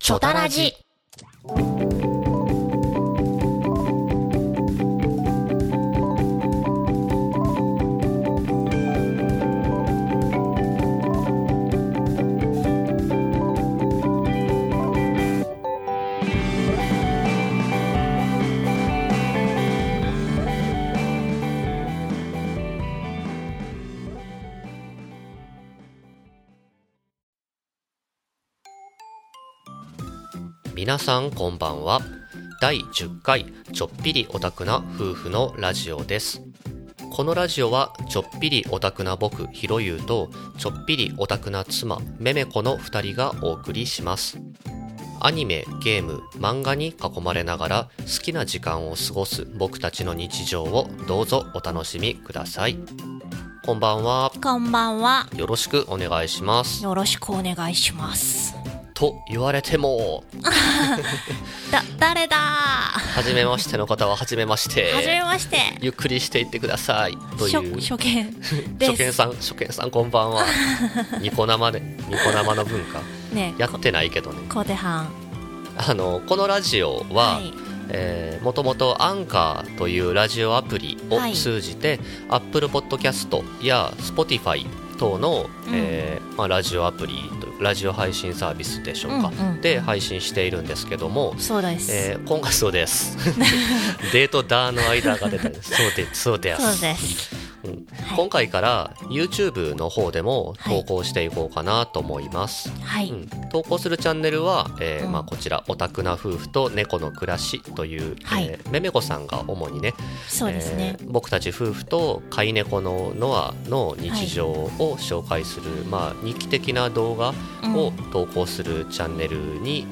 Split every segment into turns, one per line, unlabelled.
ショタラジ。
皆さんこんばんは第10回ちょっぴりオタクな夫婦のラジオですこのラジオはちょっぴりオタクな僕ひろゆうとちょっぴりオタクな妻めめこの2人がお送りしますアニメゲーム漫画に囲まれながら好きな時間を過ごす僕たちの日常をどうぞお楽しみくださいこんばんは
こんばんは。
よろしくお願いします
よろしくお願いします。
と言われても
だ、誰だは
初めましての方は初めま して
じめまして。
ゆっくりしていってくださいと
初
いう
初 見です。
初見さん初見さんこんば んはニコ生でニコ生の文化
ねえ、
やってないけどね
コテハン。
あのこのラジオは、
はい。
えーもともとアンカーというラジオアプリを
はい
通じて、Apple Podcast や Spotify 等の、えーまあ、ラジオアプリというラジオ配信サービスでしょうか、
うんうん
で配信しているんですけども、
そうです。
えー今回そうです デートダーの間が出たんですそうでそうです
そうです。
うん
はい
今回から YouTube の方でも
はい
投稿していこうかなと思います、
はい。
うん、投稿するチャンネルは、えー
うん
まあ、こちら「オタクな夫婦と猫の暮らし」という、
はい
えーめめこさんが主にね
そうですね
え。ー僕たち夫婦と飼い猫のノアの日常を紹介する、まあ、日記的な動画
う
を
ん
投稿するチャンネルに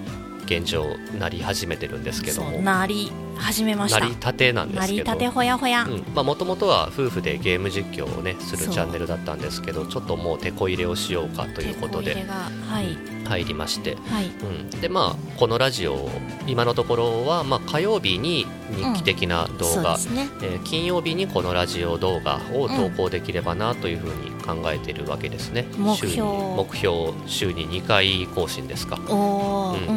現状なり始めてるんですけ
そ
ども
う、なり始めまし
な
た
り。たてなんで
な
す
り
けど
たてほやほや。
うんまあ、もともとは夫婦でゲーム実況をねする
そう
チャンネルだったんですけどちょっともう手こ入れをしようかということ
手こ入
で
れがはい。
入りまして、
はい。
うん、でまあこのラジオ今のところは、まあ、火曜日に日記的な動
そう
画、
ですね。
えー金曜日にこのラジオ動画を投稿できればなというふうに考えてるわけですね、
目
週
標
に目標週に2回更新ですか
おー、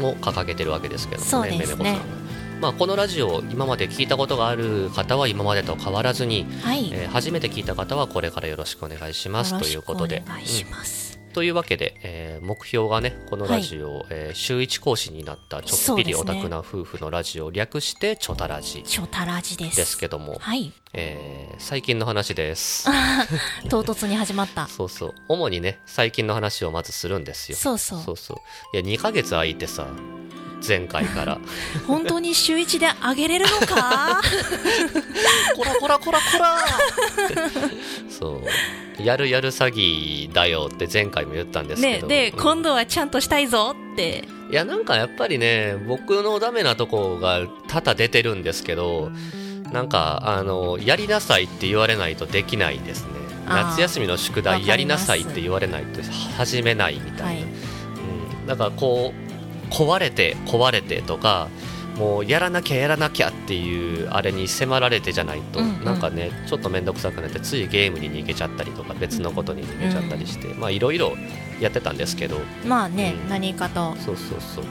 う
うん。
を掲げてるわけですけど
そ
も
う
ね
で
め
す
め
ね
こさんはまあ、このラジオ今まで聞いたことがある方は今までと変わらずに
はい。
えー初めて聞いた方はこれからよろしくお願いしますということで
よろしくお願いします。
うんというわけで、えー目標がねこのラジオ、えー週1更新になったちょっぴり
そ
オ
うです
タ
ね
クな夫婦のラジオ、略してチョタラジ
ショタラジです。
ですけども、
はい。
えー最近の話です
唐突に始まった。
そうそう主にね最近の話をまずするんですよ
そうそう
そうそういや2ヶ月空いてさ前回から
本当に週一で上げれるの か
こらこらこらこら そうやるやる詐欺だよって前回も言ったんですけ
ね
ど
で、
うん
今度はちゃんとしたいぞって
いやなんかやっぱりね僕のダメなとこが多々出てるんですけどなんかあのやりなさいって言われないとできないですね
あー
夏休みの宿
わかりま
題
す
やりなさいって言われないと始めないみたいな、
はい
うん、だからこう壊れて壊れてとかもうやらなきゃやらなきゃっていうあれに迫られてじゃないと、
うんうん
なんかねちょっと面倒くさくなってついゲームに逃げちゃったりとか別のことに逃げちゃったりして、まあいろいろやってたんですけど、
まあね、
うん
何かと
そうそうそう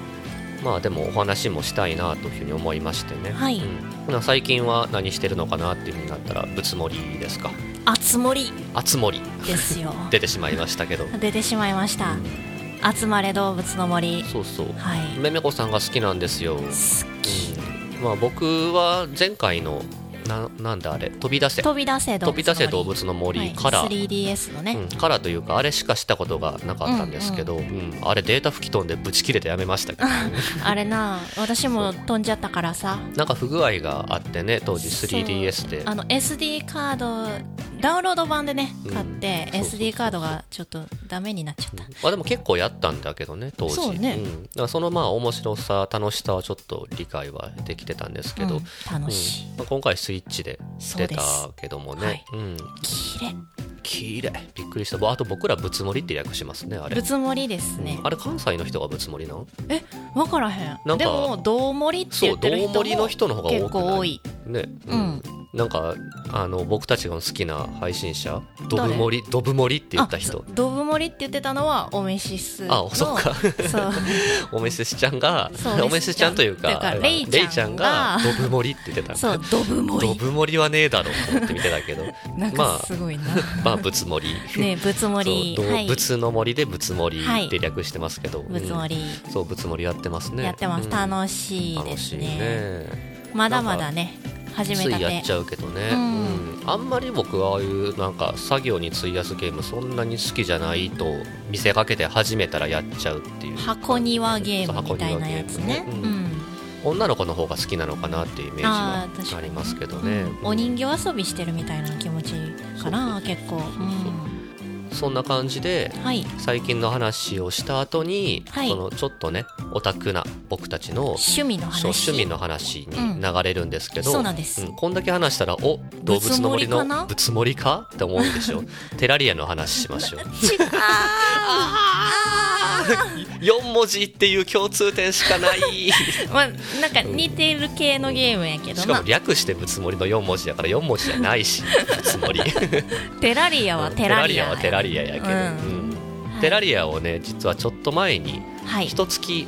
まあでもお話もしたいなというふうに思いましてね、
はい
うんな最近は何してるのかなっていうふうになったらぶつもりですか
あつ森
あつ森
ですよ
出てしまいましたけど、
出てしまいました「集まれ動物の森
そうそう」
はい
めめこさんが好きなんですよ、
好き
うんまあ僕は前回のななんだあれ飛び出せ
飛び出せ動物の森
飛び出せ動物の森から、
はい、3DS のね、
うん、からというかあれしかしたことがなかったんですけど、うんあれデータ吹き飛んでブチ切れてやめま したけど
あれな私も飛んじゃったからさ
なんか不具合があってね当時 3DS で
あの SD カードダウンロード版でね
うん
買って、
そうそうそう
SD カードがちょっとダメになっちゃった
まあでも結構やったんだけどね当時
そうね
ん、だからそのまあ面白さ楽しさはちょっと理解はできてたんですけど、
うん楽しい、
うんまあ今回スイッチで
そう
出
で
た
す
けどもね、
はい
うん
きれ
綺麗びっくりしたぼあと僕らぶつもりって略しますねあれ
ぶつ盛りですね
うんあれ関西の人がぶつもりなん
え分からへん
なんか
でも「どう盛り」って
そ
言
う
って
ど
る
うもりの
人
人の
も
方が多くない
結構多い
ね、
うん
なんかあの僕たちが好きな配信者ドブ
誰
モリドブモリって言った
あそ
人
うドブ森って言ってたのはオメシス
あ
の
そっか
そう
おめすしちゃんが
そう
おめすしちゃんという
というか
か
レイちゃんが
レイちゃんがドブモリって言ってた
そう ドブ
ド
森
ブモリはねえだろうと思って見てたけ ど
なん
ま
か
あ
すごい な、
まあ仏森
ね仏森
そう動
はい
物の森で仏森
はい
って略してますけど、うん
仏森
そう仏森やってますね
やってます、
うん
楽しいで
楽
す
しい
ね
ね
まだまだね始め
つ
た
いや
て
っちゃうけどね、
うん
うんあんまり僕はああいうなんか作業に費やすゲームそんなに好きじゃないと見せかけて始めたらやっちゃうっていう
箱庭ゲームみたいなやつね
そう箱庭ゲーム
う
ねうん
ん
女の子の方が好きなのかなっていうイメージ
あー確か
は
に
ありますけどね、
うんお人形遊びしてるみたいな気持ちかな結構、うん
そんな感じで
はい
最近の話をした後に、
はい
そのちょっとねオタクな僕たちの
趣味の話
そう趣味の話に流れるんですけど、
そうなんです
こんだけ話したらお動物の森
ぶつもりかな
のぶつもりかって思うん でしょテラリアの話しましょう
違うあー
4文字っていう共通点しかないし
まあなんか似てる系のゲームやけど
か
な
も略してぶつもりの4文字だから4文字じゃないしぶ つもり
テラリアはテラリア
はテラリアやけど、
うん
うんテラリアをね実はちょっと前に
はい
一月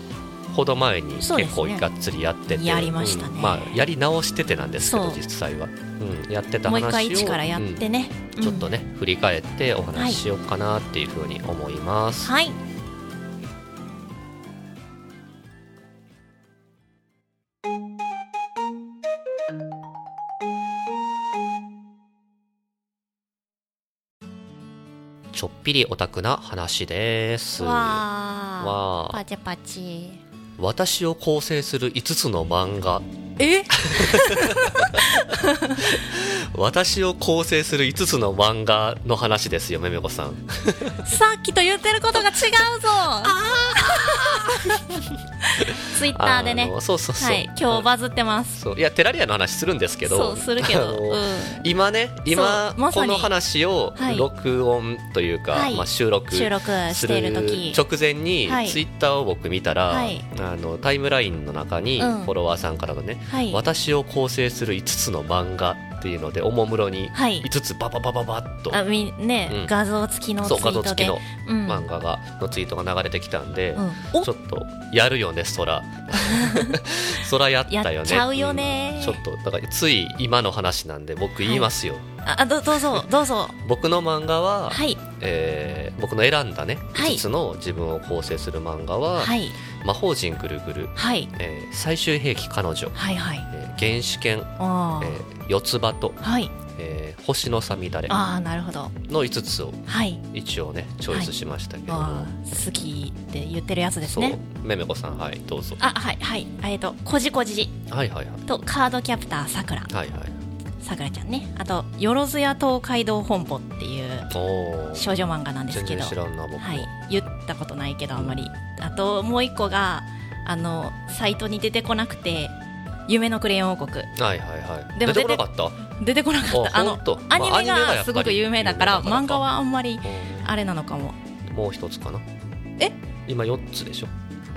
ほど前に結
そうです
構
ね
がっつりやってて、
やりましたね
うんまあやり直しててなんですけど
そう
実際は、うん、やってた
もう
話を
一回一からやってね、
ちょっと
ね、
ね、振り返ってお話ししようかなっていうふうに思います。
はい
ちょっぴりオタクな話です。
わー
わあ
パチパチ
私を構成する5つの漫画
え
私を構成する5つの漫画の話ですよめめこさん
さっきと言ってることが違うぞ ツイッターでね
あのそうそうそう、
はい今日バズってます
そういやテラリアの話するんですけど
そうするけ
あ
ど、
の
う
今ね今
そうまさ
こ
に
の話を
はい
録音というか、
はい
まあ、収録
ん、収録
す
している時
る直前に
はい
ツイッターを僕見たら、
はい
あのタイムラインの中にフ
うん
ォロワーさんからのね、
はい
私を構成する5つの漫画っていうのでおもむろに
はい
5つバババババッと、
あみね、
うん
画像付きのツイ
そう画
ー
像
ト
付
で
きの
うん
漫画が、のツイートが流れてきたんで、
うん
ちょっとやるよね空 空やったよね
やっちゃうよね
んちょっとだからつい今の話なんで僕言いますよ、
ああどどうぞどうぞ
僕の漫画は、
はい
えー僕の選んだね
はい
5つの自分を構成する漫画は「
はい
魔法陣ぐるぐる」
はい
えー最終兵器彼女」
はいはい
えー原始犬」
あ
え
ー、
ー四つ葉と」
はい
えー星のさみだれ」
あーなるほど
の5つを
はい
一応ねチョイスしましたけども、
あー好きって言ってるやつです
そう
ね
めめこさんはいどうぞ
あはいはいえっ、とこじこじ
はいはいはい
とカードキャプターさくら
はいはい
さくらちゃんねあとよろずや東海道本舗っていう
おー
少女漫画なんです
全
け
然
ど
知らんな僕は、
はい言ったことないけどあんまりあともう一個があのサイトに出てこなくて夢のクレヨン王国
はいはいはい
でも
出てこなかった
出てこなかった
あ
あの
ほんと
ア
まあ
ニメ
アニメがや
が
っぱ
す
り
ごく有名だから
有名だからか
漫画はあんまり
うん
あれなのかも
もう一つかな
え
今4つでしょ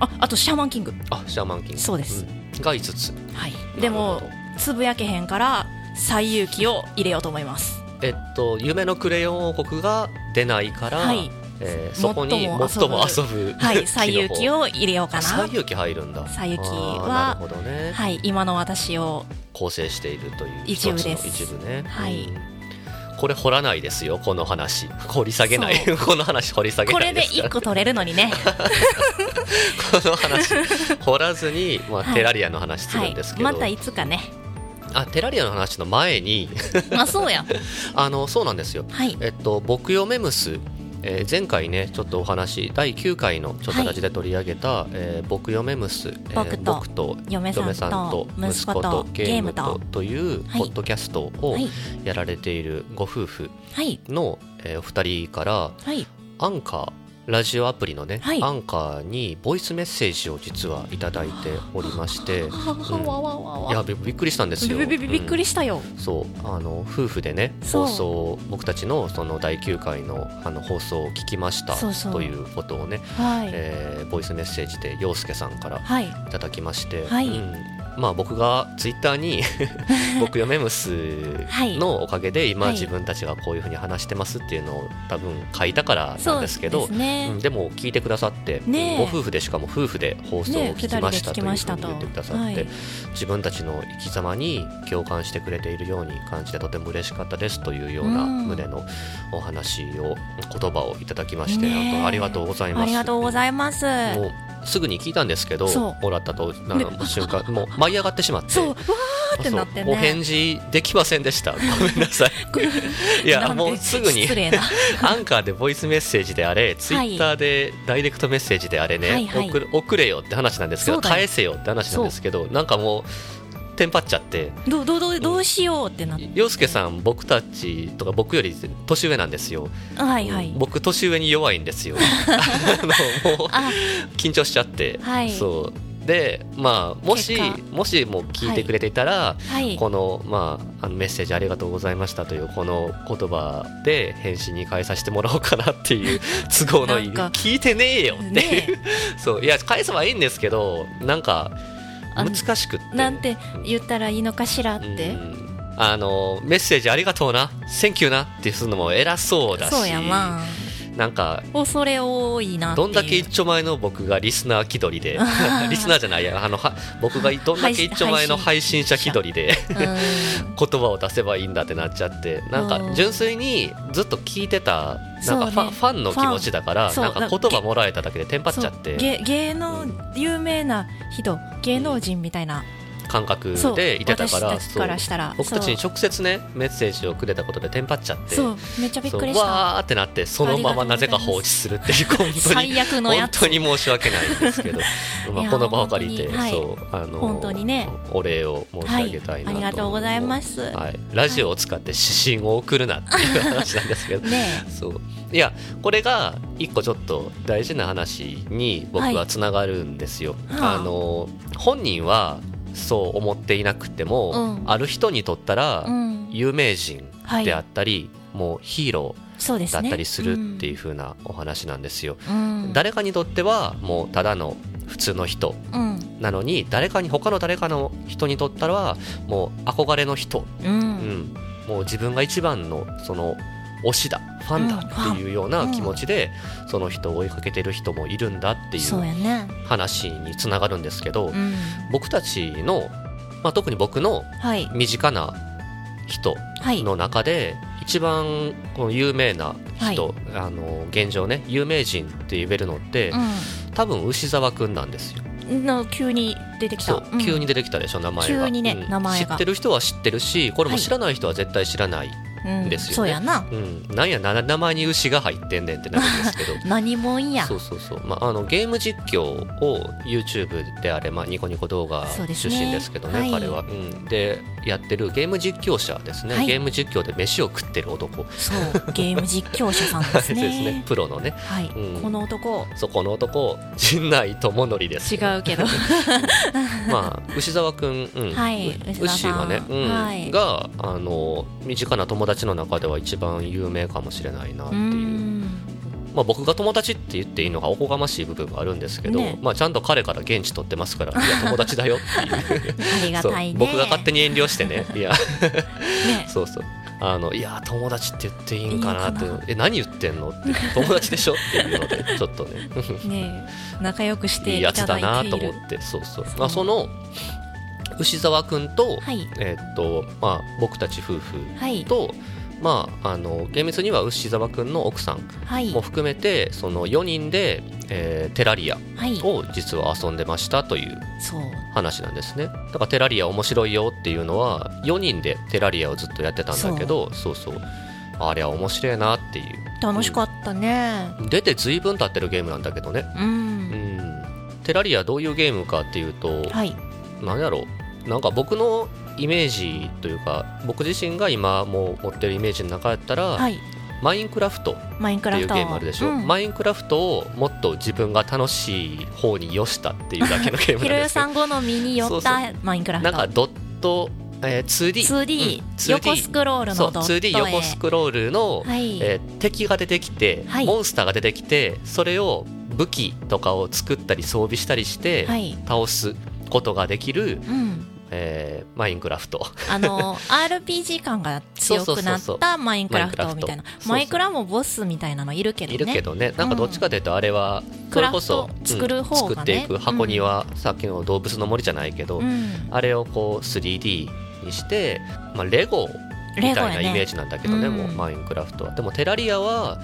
ああとシャーマンキング
あシャーマンキング
そうです
んが5つ
はいでも
なる
つぶやけへんから最勇気を入れようと思います
ほどえっと「夢のクレヨン王国」が出ないから、
はい
えーそこに
最
最
も
も
遊ぶ
遊ぶ
はい最勇気
を
を入れようかな
最勇気入るんだ
西遊記は
あーなるほどね、
はい今の私を
構成しているという
一部
一つの
です
一部ね、
はい
うんこれ掘らないですよこの話掘り下げない この話掘り下げ
こ
な
れ
いで
です
か
一
ら
個取れるのにね
この話掘らずに、まあ
はい
テラリアの話 す
は
るん
い
ですけど、
またいつかね
あテラリアの話の前に
まあそうや
あのそうなんですよ
はい
えっと僕よメムスえー前回ねちょっとお話第9回のちょっとラジで取り上げた、えー僕よメムス、えー
僕と
僕と
嫁さ
嫁
ん
さん
と
と
息
息
子
子
と
と
ゲ
ゲ
ーム
ーム
と
とという
はい
ポッドキャストを
はい
やられているご夫婦
はい
の、えーお二人から
はい
アンカーラジオアプリのね、
はい
アンカーにボイスメッセージを実はいただいておりましてうん
わわわ
いや
わ
びびっくりしたんです
び
よ
びびびびっくりしたよ
うんそうあの夫婦でね
そう
放送を僕たちのその第9回のあの放送を聞きました
そうそう
ということをね、
はい
えーボイスメッセージで陽介さんから
はい
いただきまして、
はい
うんまあ、僕がツイッタ ーに僕よめむす
はい
のおかげで今
はい
自分たちがこういうふうに話してますっていうのを多分書いたからなんですけど
そうですね
うんでも聞いてくださって、
ねえ
ご夫婦でしかも夫婦で放送を
ねえ
聞きました
二人で聞
とい
き
うふう
ま
に
したと
言ってくださって、
はい
自分たちの生き様に共感してくれているように感じてとても嬉しかったですというような
うん
胸のお話を言葉をいただきまして、
ねえ
本当ありがとうございます。
ありがとうございます。
もうすぐに聞いたんですけど
そう
もらったとあの瞬 間もう舞い上がってしまって
そう、わーって
あそう
なって
お返
ね。
事できませんでしたごめんな さい
な
いや
んて
もうすぐに
失礼な。
アンカーでボイスメッセージであれツイッターでダイレクトメッセージであれね、
はいはい
送る送れよって話なんですけ
そ
ど
うだよ
返せよって話なんですけどなんかもうテンパっちゃって
どうどうどうどうしようってなって。
洋介さん僕たちとか僕より年上なんですよ、
はいはい。
僕年上に弱いんで すよあのもう
あ、
緊張しちゃって、
はい
そうでまあもし
結果
もしも聞いてくれていたら、
はい。
この,、まあ、あのメッセージありがとうございましたというこの言葉で返信に変えさせてもらおうかなっていう都合のいい
なんか
聞いてねえよって
ね
いうそういや返せばいいんですけどなんか
あの
難しくって
なんて言ったらいいのかしらっ
うん
て。
あのメッセージありがとうな「センキューな」ってするのも偉そうだし
そうやまあ。
なんか
恐れ多いなっていう。
どんだけ 一丁前の僕がリスナー気取りで リスナーじゃないやあのは僕がどんだけ一丁前の配信者気取りで
うん
言葉を出せばいいんだってなっちゃってなん
う
か
ん
純粋にずっと聞いてたなんかフ
そう
ァ,、
ね
ファンの気持ちだから
ファン
なん
そう
か言葉もらえただけでテンパっちゃって
そう芸芸能有名な人芸能人みたいな、
感覚
そう
でいてた
私
から
たちから
そう
したら
僕たちに直接ねメッセージをくれたことでテンパっちゃって
そうそうめっちゃびっ
そう
くりした
わーってなってそのままなぜか放置するっていう本当に
最悪のや
本
つ
当に申し訳ないんです けど、ま
い
あ、
や
この場を借りて、
本当にはい
そうあの
本当にね
お礼を申し上げた
はい
いなと、
ありがとうございます
はい、ラジオを使って指針を送るなっていう話なんですけど、
ね
そういやこれが一個ちょっと大事な話に僕はつながるんですよ。
はいはあ
あの本人はそう思っていなくても、
うん
ある人にとったら、
えうん
有名人
はい
であったり、もうヒーロ
そうで
ーだ
す
っ
ね
たりするっていうう風なお話なんですよ。
ん、
誰かにとってはもうただの普通の人
うん
なのに誰かに他の誰かの人にとったらもう憧れの人、
うん、う
うんん、もう自分が一番のその推しだファンだ
うん
っていうような気持ちでその人を追いかけてる人もいるんだってい
そう
う
やね
話につながるんですけど
うん
僕たちの、まあ、特に僕の
はい
身近な人
はい
の中で一番この有名な人、あの現状ね有名人って言えるのって、多分牛沢くんなんですよ
うんの急に出てきた
そう、
ん
急に出てきたでしょ名前が
急にね
うん
名前が
知ってる人は知ってるしこれも知らない人は絶対知らない、
うん
ですよね
そうやな
うん、なんやな名前に牛が入ってんねんってなるんです けど
何もんや
そうそうそう、まあ、あのゲーム実況を YouTube であれ、まあ、ニコニコ動画
そうです
出
ね
身ですけどね
はい
彼は、うん、でやってるゲーム実況者ですね、
はい
ゲーム実況で飯を食ってる男
そうゲーム実況者さんですね
ですねプロのね
はい、
うん
この男
そこの男陣内智則です
違うけ ど
まあ、牛沢くん、うん
はい牛沢
牛
さん
がね、うん
はい
があの身近な友達の中では一番有名かもしれないなって
う
いう、
ん
まあ、僕が友達って言っていいのがおこがましい部分があるんですけど、
ね
まあ、ちゃんと彼から現地取ってます からいや友達だよっていう
ありが
そう
たいね
僕が勝手に遠慮してねいや
ね
そうそうあのいや友達って言っていいんかなって
いいのか
え何言ってんのって友達でしょっていう のでちょっとね
ねえ仲良くして
いい
い
や
た
つ
だ
だないと
てい
思
る
ってそうそう
そう
まあ、その牛沢君と、
はい
えーっとまあ、僕たち夫婦
はい
と、まあ、あの厳密には牛沢君の奥さん
はい
も含めてその4人で、えーテラリア
はい
を実は遊んでましたという
そう
話なんですねだからテラリア面白いよっていうのは4人でテラリアをずっとやってたんだけどそうそうあれは面白いなっていう
楽しかったね
出て随分経ってるゲームなんだけどね
う
うんんテラリアどういうゲームかっていうと、
はい
なんやろうなんか僕のイメージというか僕自身が今もう持ってるイメージの中やったら、
はい
マインクラフトっ
マインク
て
ラ
い
フ
う
ト
ゲームあるでしょ、
うん
マインクラフトをもっと自分が楽しい方によしたっていうだけ のゲーム
ひろ
なんで
ゆ
すけ
さ
ど
ん好みに寄
そう
っ
そ
たマインクラフ
なん
ト
かドット、えー 2D, う
2D
ん
横スクロール
そう
のドット
2D
絵
横スクロールの、
はい
えー敵が出てきて、
はい
モンスターが出てきてそれを武器とかを作ったり装備したりして
はい
倒すことができ
う
る、
ん、
えーマインクラフト
あ の RPG 感が強くなっ
そうそうそう
たマインクラフトみたいな
マインクラフト
マイクラもボスみたいなのいるけどね
いるけどねなんかどっちかというとあれは、そ
ク
れ
ラ
こ
フト
そ、
作る方
作
がね
っていく箱庭、さっきの動物の森じゃないけど、
うん
あれをこう 3D にして、まあ、レゴみ
レゴ
たい
や
なイメー
ね
ジなんだけどね
うん
もうマインクラフトはでもテラリアは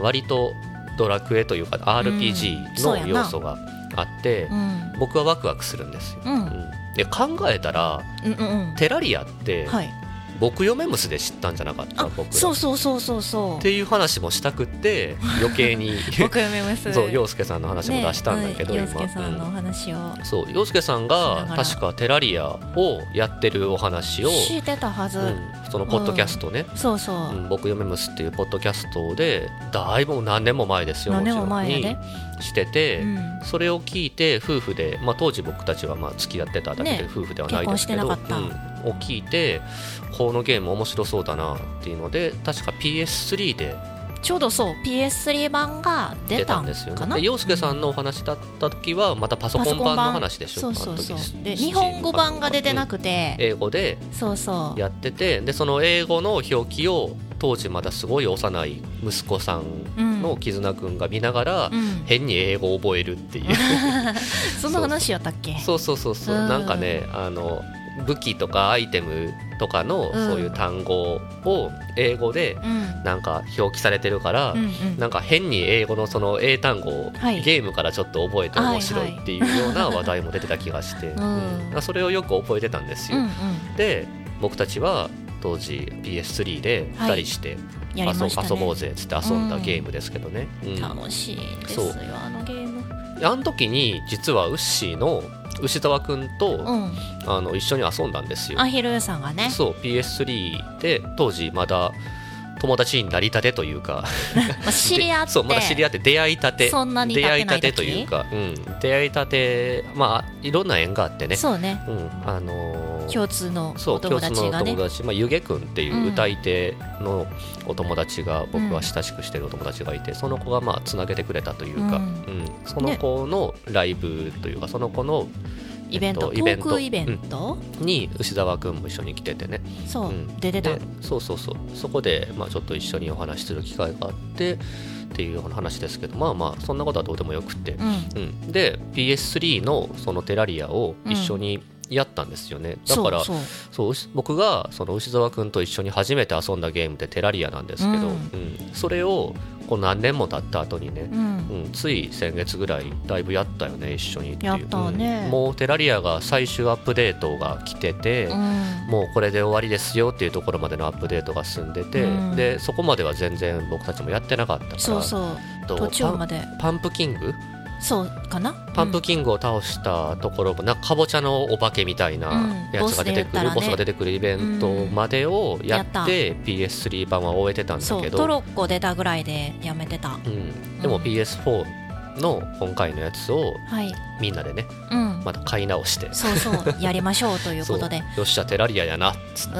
割とドラクエというか
うん
RPG
そう
の
やな
要素があって、
うん
僕はワクワクするんですよ、
うん
うんで考えたら
うんうん
テラリアって
うんはい
僕嫁ムスで知ったんじゃなかった
あ
僕ら
そうそうそうそうそ
っ
う
ていう話もした くって余計に
僕読めます
そう洋介さんの話も出したんだけど、
ねはい、洋
今
介さんのお話を
うんそう洋介さん
しな
が
がら
確かテラリアをやってるお話を、
知ってたはず、
うんそのポッドキャストね、
そうそう、
うん僕嫁むすっていうポッドキャストでだいぶもう何年も前ですよ
何年も前や
もち
で
ろんにしてて、
うん
それを聞いて夫婦で、まあ、当時僕たちはまあ付き合ってただけで
ね
夫婦ではないですけど、
結婚してなか
うんを聞いてこのゲーム面白そうだなっていうので確か PS3 で
ちょうどそう PS3 版が
出
出
た
た
ん
ん
ですよ
か
ね
な
で洋介さんのお話だった時はまたパソコン版の話でしょ
そうそうそ
あの時
うで日本語版が出てなくて
英語で
そうそう
やっててでその英語の表記を当時まだすごい幼い息子さんの絆くんが見ながら、
うん、
変に英語を覚えるっていう
そんな話やったっけ
そうそうそうそう、
うん
なんかねあの武器とかアイテムとかの
ん
そういう単語を英語で
うん
なんか表記されてるから、
うんうん
なんか変に英語のその英単語を
はい
ゲームからちょっと覚えて面白いっていうような 話題も出てた気がして、
ん
うんそれをよく覚えてたんです
う
よ。
んうん
で僕たちは当時 PS3 で2人して
やり
遊,、
ましたね
遊ぼうぜっつって遊んだゲームですけどね、うん
楽しいです
そ
よ
う
あのゲーム
あの時に実はウッシーの牛沢くんと、
うん
あの一緒に遊んだんですよ
アヒルさんがね
そう PS3 で当時まだ友達になりたてというか
まあ知り合って
そうまだ知り合って出会いたて
そんなに経
出
てな
会
い時
いたてというか、うん、出会いたてまあいろんな縁があってね
そうね
うんあのー
共通の
そ
お
う
友
共通
達
のお
がね
友達、まあ、ゆげくんっていう歌い手のお友達が、僕は親しくしてるお友達がいて、その子がまあつなげてくれたというか、
うん
う
ん
その子のライブというか、その子の
イベント
えっとイベ
航
ント
空イベント
に牛沢くんも一緒に来ててね
そううん出てた
でそうそうそうそこで、まあ、ちょっと一緒にお話しする機会があってっていうような話ですけどまあまあそんなことはどうでもよくって、
うん
うん、で PS3 のそのテラリアを一緒にやったんですよね、だから
そうそう
そう牛僕がその牛沢君と一緒に初めて遊んだゲームってテラリアなんですけ
うん
ど、うんそれをこう何年も経った後にね、
うん
うんつい先月ぐらいだいぶやったよね一緒にっていう
やったね
うんもうテラリアが最終アップデートが来てて、
うん
もうこれで終わりですよっていうところまでのアップデートが進んでて、
うん
でそこまでは全然僕たちもやってなかったから
そうそう
と
途中ま
パン
で
パンプキング
そうかな
パンプキングを倒したところもなんかかぼちゃのお化けみたいな
うん
やつが出てく
ボスで言った
る、ボ
らね
スが出てくるイベントまでをやって PS3 版は終えてた
うんん
だ
そ
け
う
ど
トロッコ出たぐらいでやめてた
うん、で
う
も
ん
PS4 の今回のやつを
はい
みんなでね
うん
また買い直して。
そうそうやりましょうということで
そうよっしゃテラリアやなっつって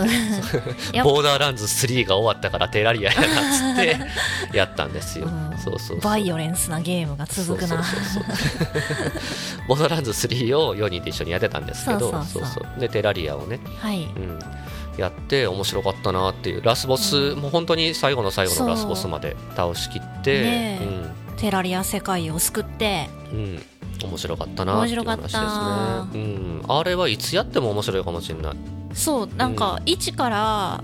いや
ボーダーランズ3が終わったからテラリアやなっつっ てやったんですよ、
うん
そうそうそう
バイオレンスなゲームが続くな
そうそうそう そうボーダーランズ3を4人で一緒にやってたんですけど
そうそうそう
そうそうでテラリアをね
はい
うん、やって面白かったなっていうラスボス、
うん
もう本当に最後の最後
そ
の
う
ラスボスまで倒しきって、
ねえテラリア世界を救って
うん、うん、面白かったなっていう話です
面白
ね
かった
うん、あれはいつやっても面白いかもしれない
そうなんか一から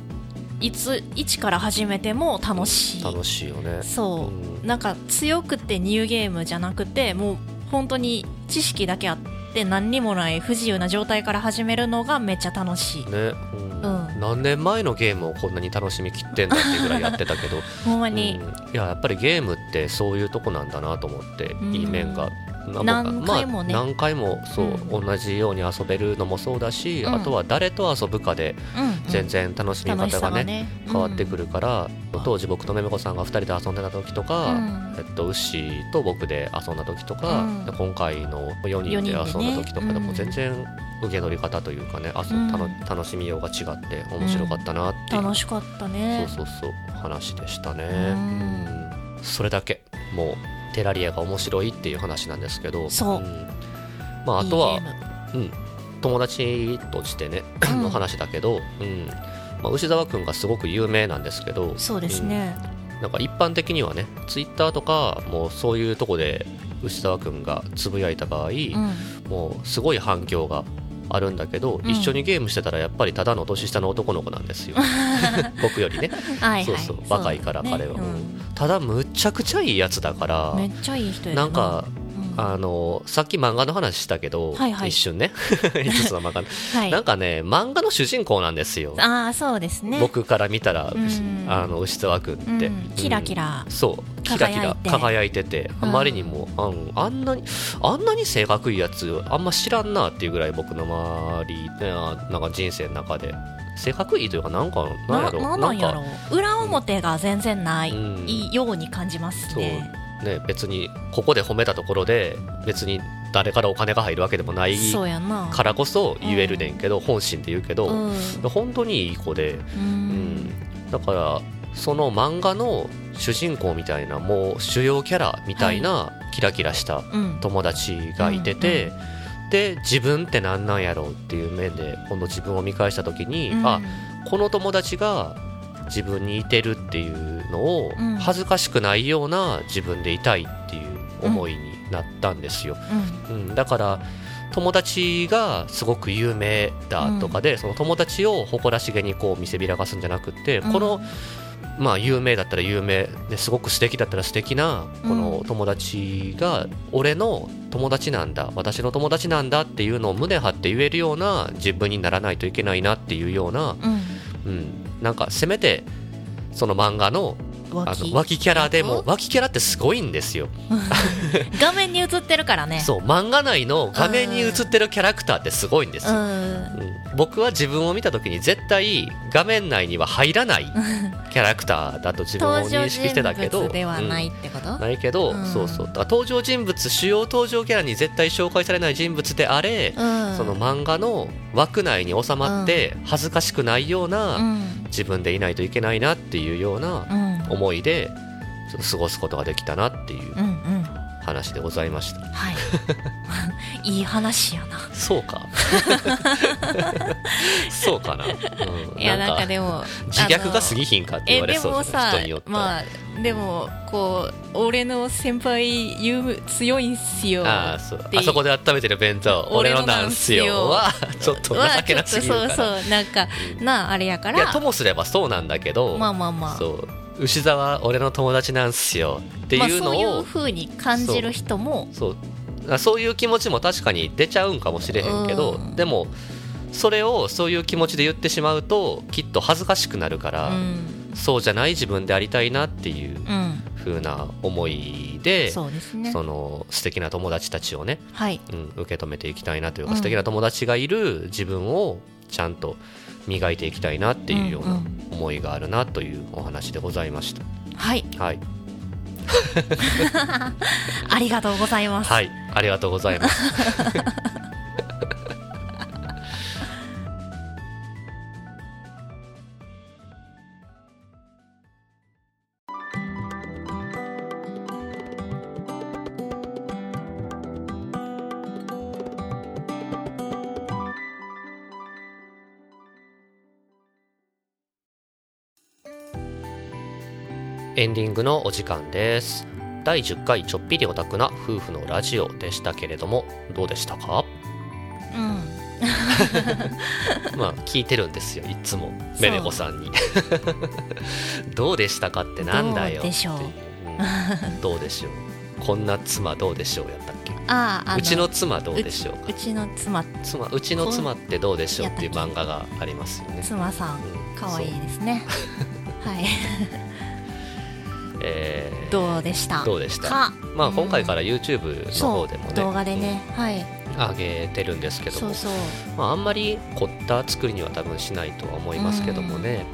いつ一から始めても楽しい
楽しいよね
そううんなんか強くてニューゲームじゃなくてもう本当に知識だけあって何にもない不自由な状態から始めるのがめっちゃ楽しい
ねうん
うん
何年前のゲームをこんなに楽しみきってんだっていうぐらいやってた けど、
ほんま
うん、
に
い、ややっぱりゲームってそういうとこなんだなと思って、
ん
いい面が
何回もね
まあ、何回もそう、
う
同じように遊べるのもそうだし、
うん
あとは誰と遊ぶかで
うんうん
全然楽しみ
楽し
方
さが
がね,、
ね
変わってく
る、
るから、当時僕とめめこさんが2人で遊んでた時とか、
うん
えっと、ウッシーと僕で遊んだ時とか、
うん
で今回の4人で遊んだ時とかでも
四人でねうん
全然受け取り方というかね、あそ
うん
たの楽しみようが違って面白かったなっていう、
楽しかったね
そうそうそう話でしたね、
うん
うんそれだけもうテラリアが面白いっていう話なんですけど
そう
うんまあ、あとはい
いゲーム
うん、友達としてね
うん
の話だけど、うんまあ、牛沢君がすごく有名なんですけど
そうです、ね、
うんなんか一般的にはねツイッターとかもうそういうとこで牛沢君がつぶやいた場合、
うん
もうすごい反響があるんだけど、
うん
一緒にゲームしてたらやっぱりただの年下の男の子なん ですよ僕よりね
はいはい
そうそう若いから
そうだ
彼は
ね
ただむちゃくちゃいいやつだから
うんめっちゃいい人や
なんか
うん
あのさっき漫画の話したけど、
はいはい
一瞬ね 一つの漫画、
はい、
なんかね漫画の主人公なんですよ、
ああそうですね
僕から見たら、
うん
あの牛沢君って、
うんキラキラ
うんそうキラキラ
輝いて
輝いててあまりにも、あのあんなにあんなに性格いいやつあんま知らんなっていうぐらい僕の周りねあなんか人生の中で性格いいというかなんかなん
な
やろ
なんなんやろ
か
裏表が全然ない,、
うん
ように感じますね
ね、別にここで褒めたところで別に誰からお金が入るわけでもない
そうやな
からこそ言えるねんけど、本心で言うけど、
うん
本当にいい子で、
う
うんん、だからその漫画の主人公みたいなもう主要キャラみたいなキラキラした
うん
友達がいてて、で自分って何なんやろうっていう面で今度自分を見返した時に、
うん
あこの友達が自分にいてるっていうのを
うん
恥ずかしくないような自分でいたいっていう思いになったんですよ。
うん
うん、だから友達がすごく有名だとかで、その友達を誇らしげにこう見せびらかすんじゃなくて、
うん
この、まあ、有名だったら有名ですごく素敵だったら素敵なこの
うん
友達が俺の友達なんだ私の友達なんだっていうのを胸張って言えるような自分にならないといけないなっていうような、
うん
うん、なんかせめてその漫画のあ
脇
の脇キャラで
う
も
ん
脇キャラってすごいんですよ。
画面に映ってるからね
そう漫画内の画面に映ってるキャラクターってすごいんですよ、
ん
うん僕は自分を見た時に絶対画面内には入らないキャラクターだと自分を
登場
認識して
人
たけど
物ではないっ
うん
てこと、
ないけど、
うん
そうそうだから登場人物主要登場キャラに絶対紹介されない人物であれ、
うん
その漫画の枠内に収まって恥ずかしくないよう
う
なん自分でいないといけないなっていうような
うん
思いでちょっと過ごすことができたなっていう
うんうん
話でございました
はい いい話やな
そうか。 そうかな。うん、
いやなんかでも
自虐が過
ぎ
ぎひんかって言
え
われ
で
そう
も
す
さ
人によっては。
まあでもこう俺の先輩言う強いんすよ
ああそう
で
あそこで温めてる弁当
俺
俺
の
の
な
なんん
す
す
よ
よはちょ っと
はち
情け
ょっ
な
と
す
そう
ぎるから
そうなんかなああれやか
いや
ら
ともすればそうなんだけど、
まあまあまあ
そう牛沢俺の友達なんすよって
まあ
いうの
そう
を、
いうふうに感じる人も
そうあそういう気持ちも確かに出ちゃうんかもしれへんけど、
うん
でもそれをそういう気持ちで言ってしまうときっと恥ずかしくなるか
う
ら、
ん
そうじゃない自分でありたいなっていう
うん
風な思いで、
そうですね
その素敵な友達たちをね、
はい
うん、受け止めていきたいなというか、
うん
素敵な友達がいる自分をちゃんと磨いていきたいなっていうよう
う
なん思いがあるなというお話でございました。
はい
はい、
ありがとうございます
はい、ありがとうございます。エンディングのお時間です。第10回ちょっぴりオタクな夫婦のラジオでしたけれどもどうでしたか
うん
まあ聞いてるんですよいつも
そう
めめこさんに どうでしたかってなんだよ
どうでしょう
っていううんどうでしょうこんな妻どうでしょうやったっけ
あああ
うちの妻どうでしょう
う
か
ちの妻
妻うちの妻ってどうでしょうっていう
やった
漫画がありますよね
妻さん
うん
可愛い
そう
ですねはい
えー
どうでした
どうでした
か
まあ
うん
今回から YouTube の
そ
方
う
でもね
動画でねはい
うん上げてるんですけど
そ
も
うそう
まあ、あんまり凝った作りには多分しないとは思いますけどもね、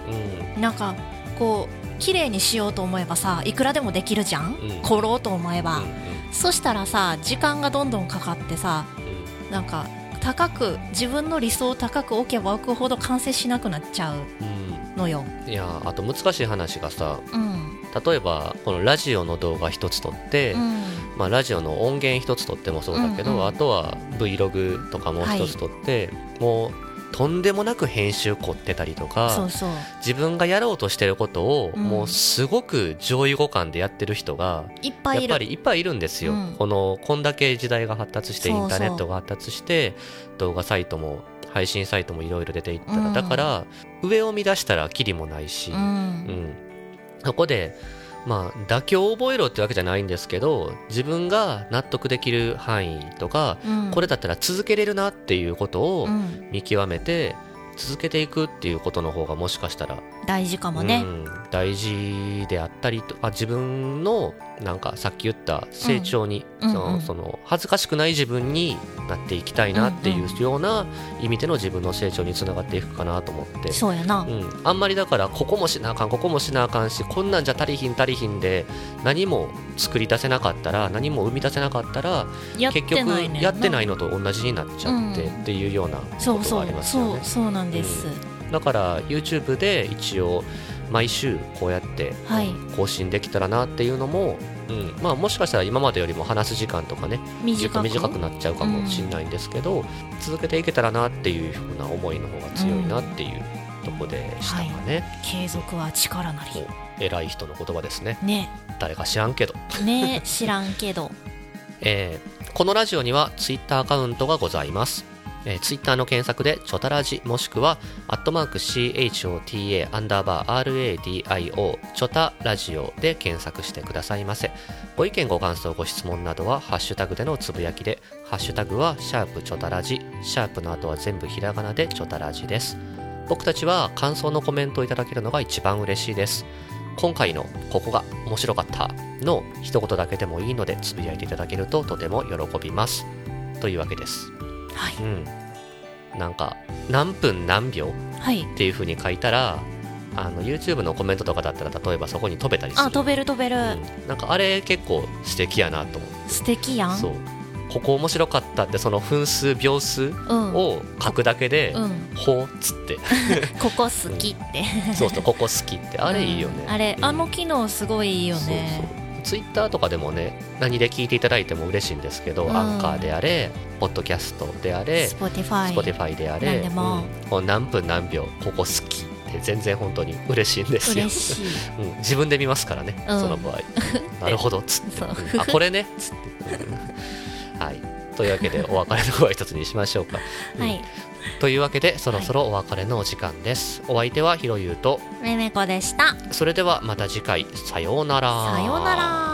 なんかこう綺麗にしようと思えばさいくらでもできるじゃん
うん
凝ろうと思え
うん
ば
うん
そしたらさ時間がどんどんかかってさなんか高く自分の理想を高く置けば置くほど完成しなくなっちゃう
うんうん
のよ
いやあと難しい話がさ
うん
例えばこのラジオの動画一つ撮って、
うん
まあ、ラジオの音源一つ撮ってもそうだけど、
うんうん
あとは Vlog とかも一つ撮って、もうとんでもなく編集凝ってたりと
そ
か
うそう
自分がやろうとしてることを、
うん
もうすごく上位互換でやってる人が
いっぱい
や
い
っぱ
る
りいっぱいいるんですよ、
うん
このこんだけ時代が発達してイ
そうそう
ンターネットが発達して動画サイトも配信サイトもいろいろ出ていったら、
うん
だから上を見出したらキリもないし、
う
うんん、そこで、まあ、妥協を覚えろってわけじゃないんですけど自分が納得できる範囲とか、
うん
これだったら続けれるなっていうことを
うん
見極めて続けていくっていうことの方がもしかしたら、
大事かも
う
ね
ん大事であったりとあ自分のなんかさっき言った成長に、
うん
その
うんうん
その恥ずかしくない自分になっていきたいなっていうような意味での自分の成長につながっていくかなと思って。
そうやな
うん、あんまりだからここもしなあかんここもしなあかんしこんなんじゃ足りひん足りひんで何も作り出せなかったら何も生み出せなかったら
やって
結局
ないね
やってないいのと同じになっちゃって
うん
っていうようなこ
そう
と
そ
があ
う
りますよ
そう
ね
そうなんです
だから YouTube で一応毎週こうやって
はい
更新できたらなっていうのも、うんまあ、もしかしたら今までよりも話す時間とかねずっ
短
と
く
短くなっちゃうかもしれないんですけど、続けていけたらなっていうふうな思いの方が強いなっていうとこでしたかね。
継続は力なり
偉い人の言葉ですね
ね
誰か知らんけど、
ね知らんけど
えーこのラジオにはツイッターアカウントがございます、えー、ツイッターの検索で「チョタラジ」もしくは「アットマーク CHOTA アンダーバー RADIO チョタラジオ」で検索してくださいませご意見ご感想ご質問などはハッシュタグでのつぶやきでハッシュタグは「シャープチョタラジ」シャープの後は全部ひらがなで「チョタラジ」です僕たちは感想のコメントをいただけるのが一番嬉しいです今回の「ここが面白かった」の一言だけでもいいのでつぶやいていただけるととても喜びますというわけです、
はいう
んなんか何分何秒
はい、
っていう風に書いたらあの YouTube のコメントとかだったら例えばそこに飛べたりする
あ飛べる飛べる、
うんなんかあれ結構素敵やなと思って
素敵やん
そうここ面白かったってその分数秒数
うん、
を書くだけで、
うん、
ほうっつって
ここ好きって、
そうそうここ好きってあれいいよね、
うんあれ
うん
あの機能すごいいいよね
そうそうツイッターとかでもね何で聞いていただいても嬉しいんですけど、
うん
アンカーであれポッドキャストであれ
Spotify
Spotify であれ
何でも
うんこう何分何秒ここ好きって全然本当に嬉しいんですよ
嬉、しい
うん、自分で見ますからね、
うん
その 場合なるほどっつって
そう
うんあこれ ねっつって、うんはいというわけでお別れの方は一つにしましょうか、うん
はい
というわけでそろそろお別れのお時間です、お相手はひろゆうと
めめこでした
それではまた次回さようなら
さようなら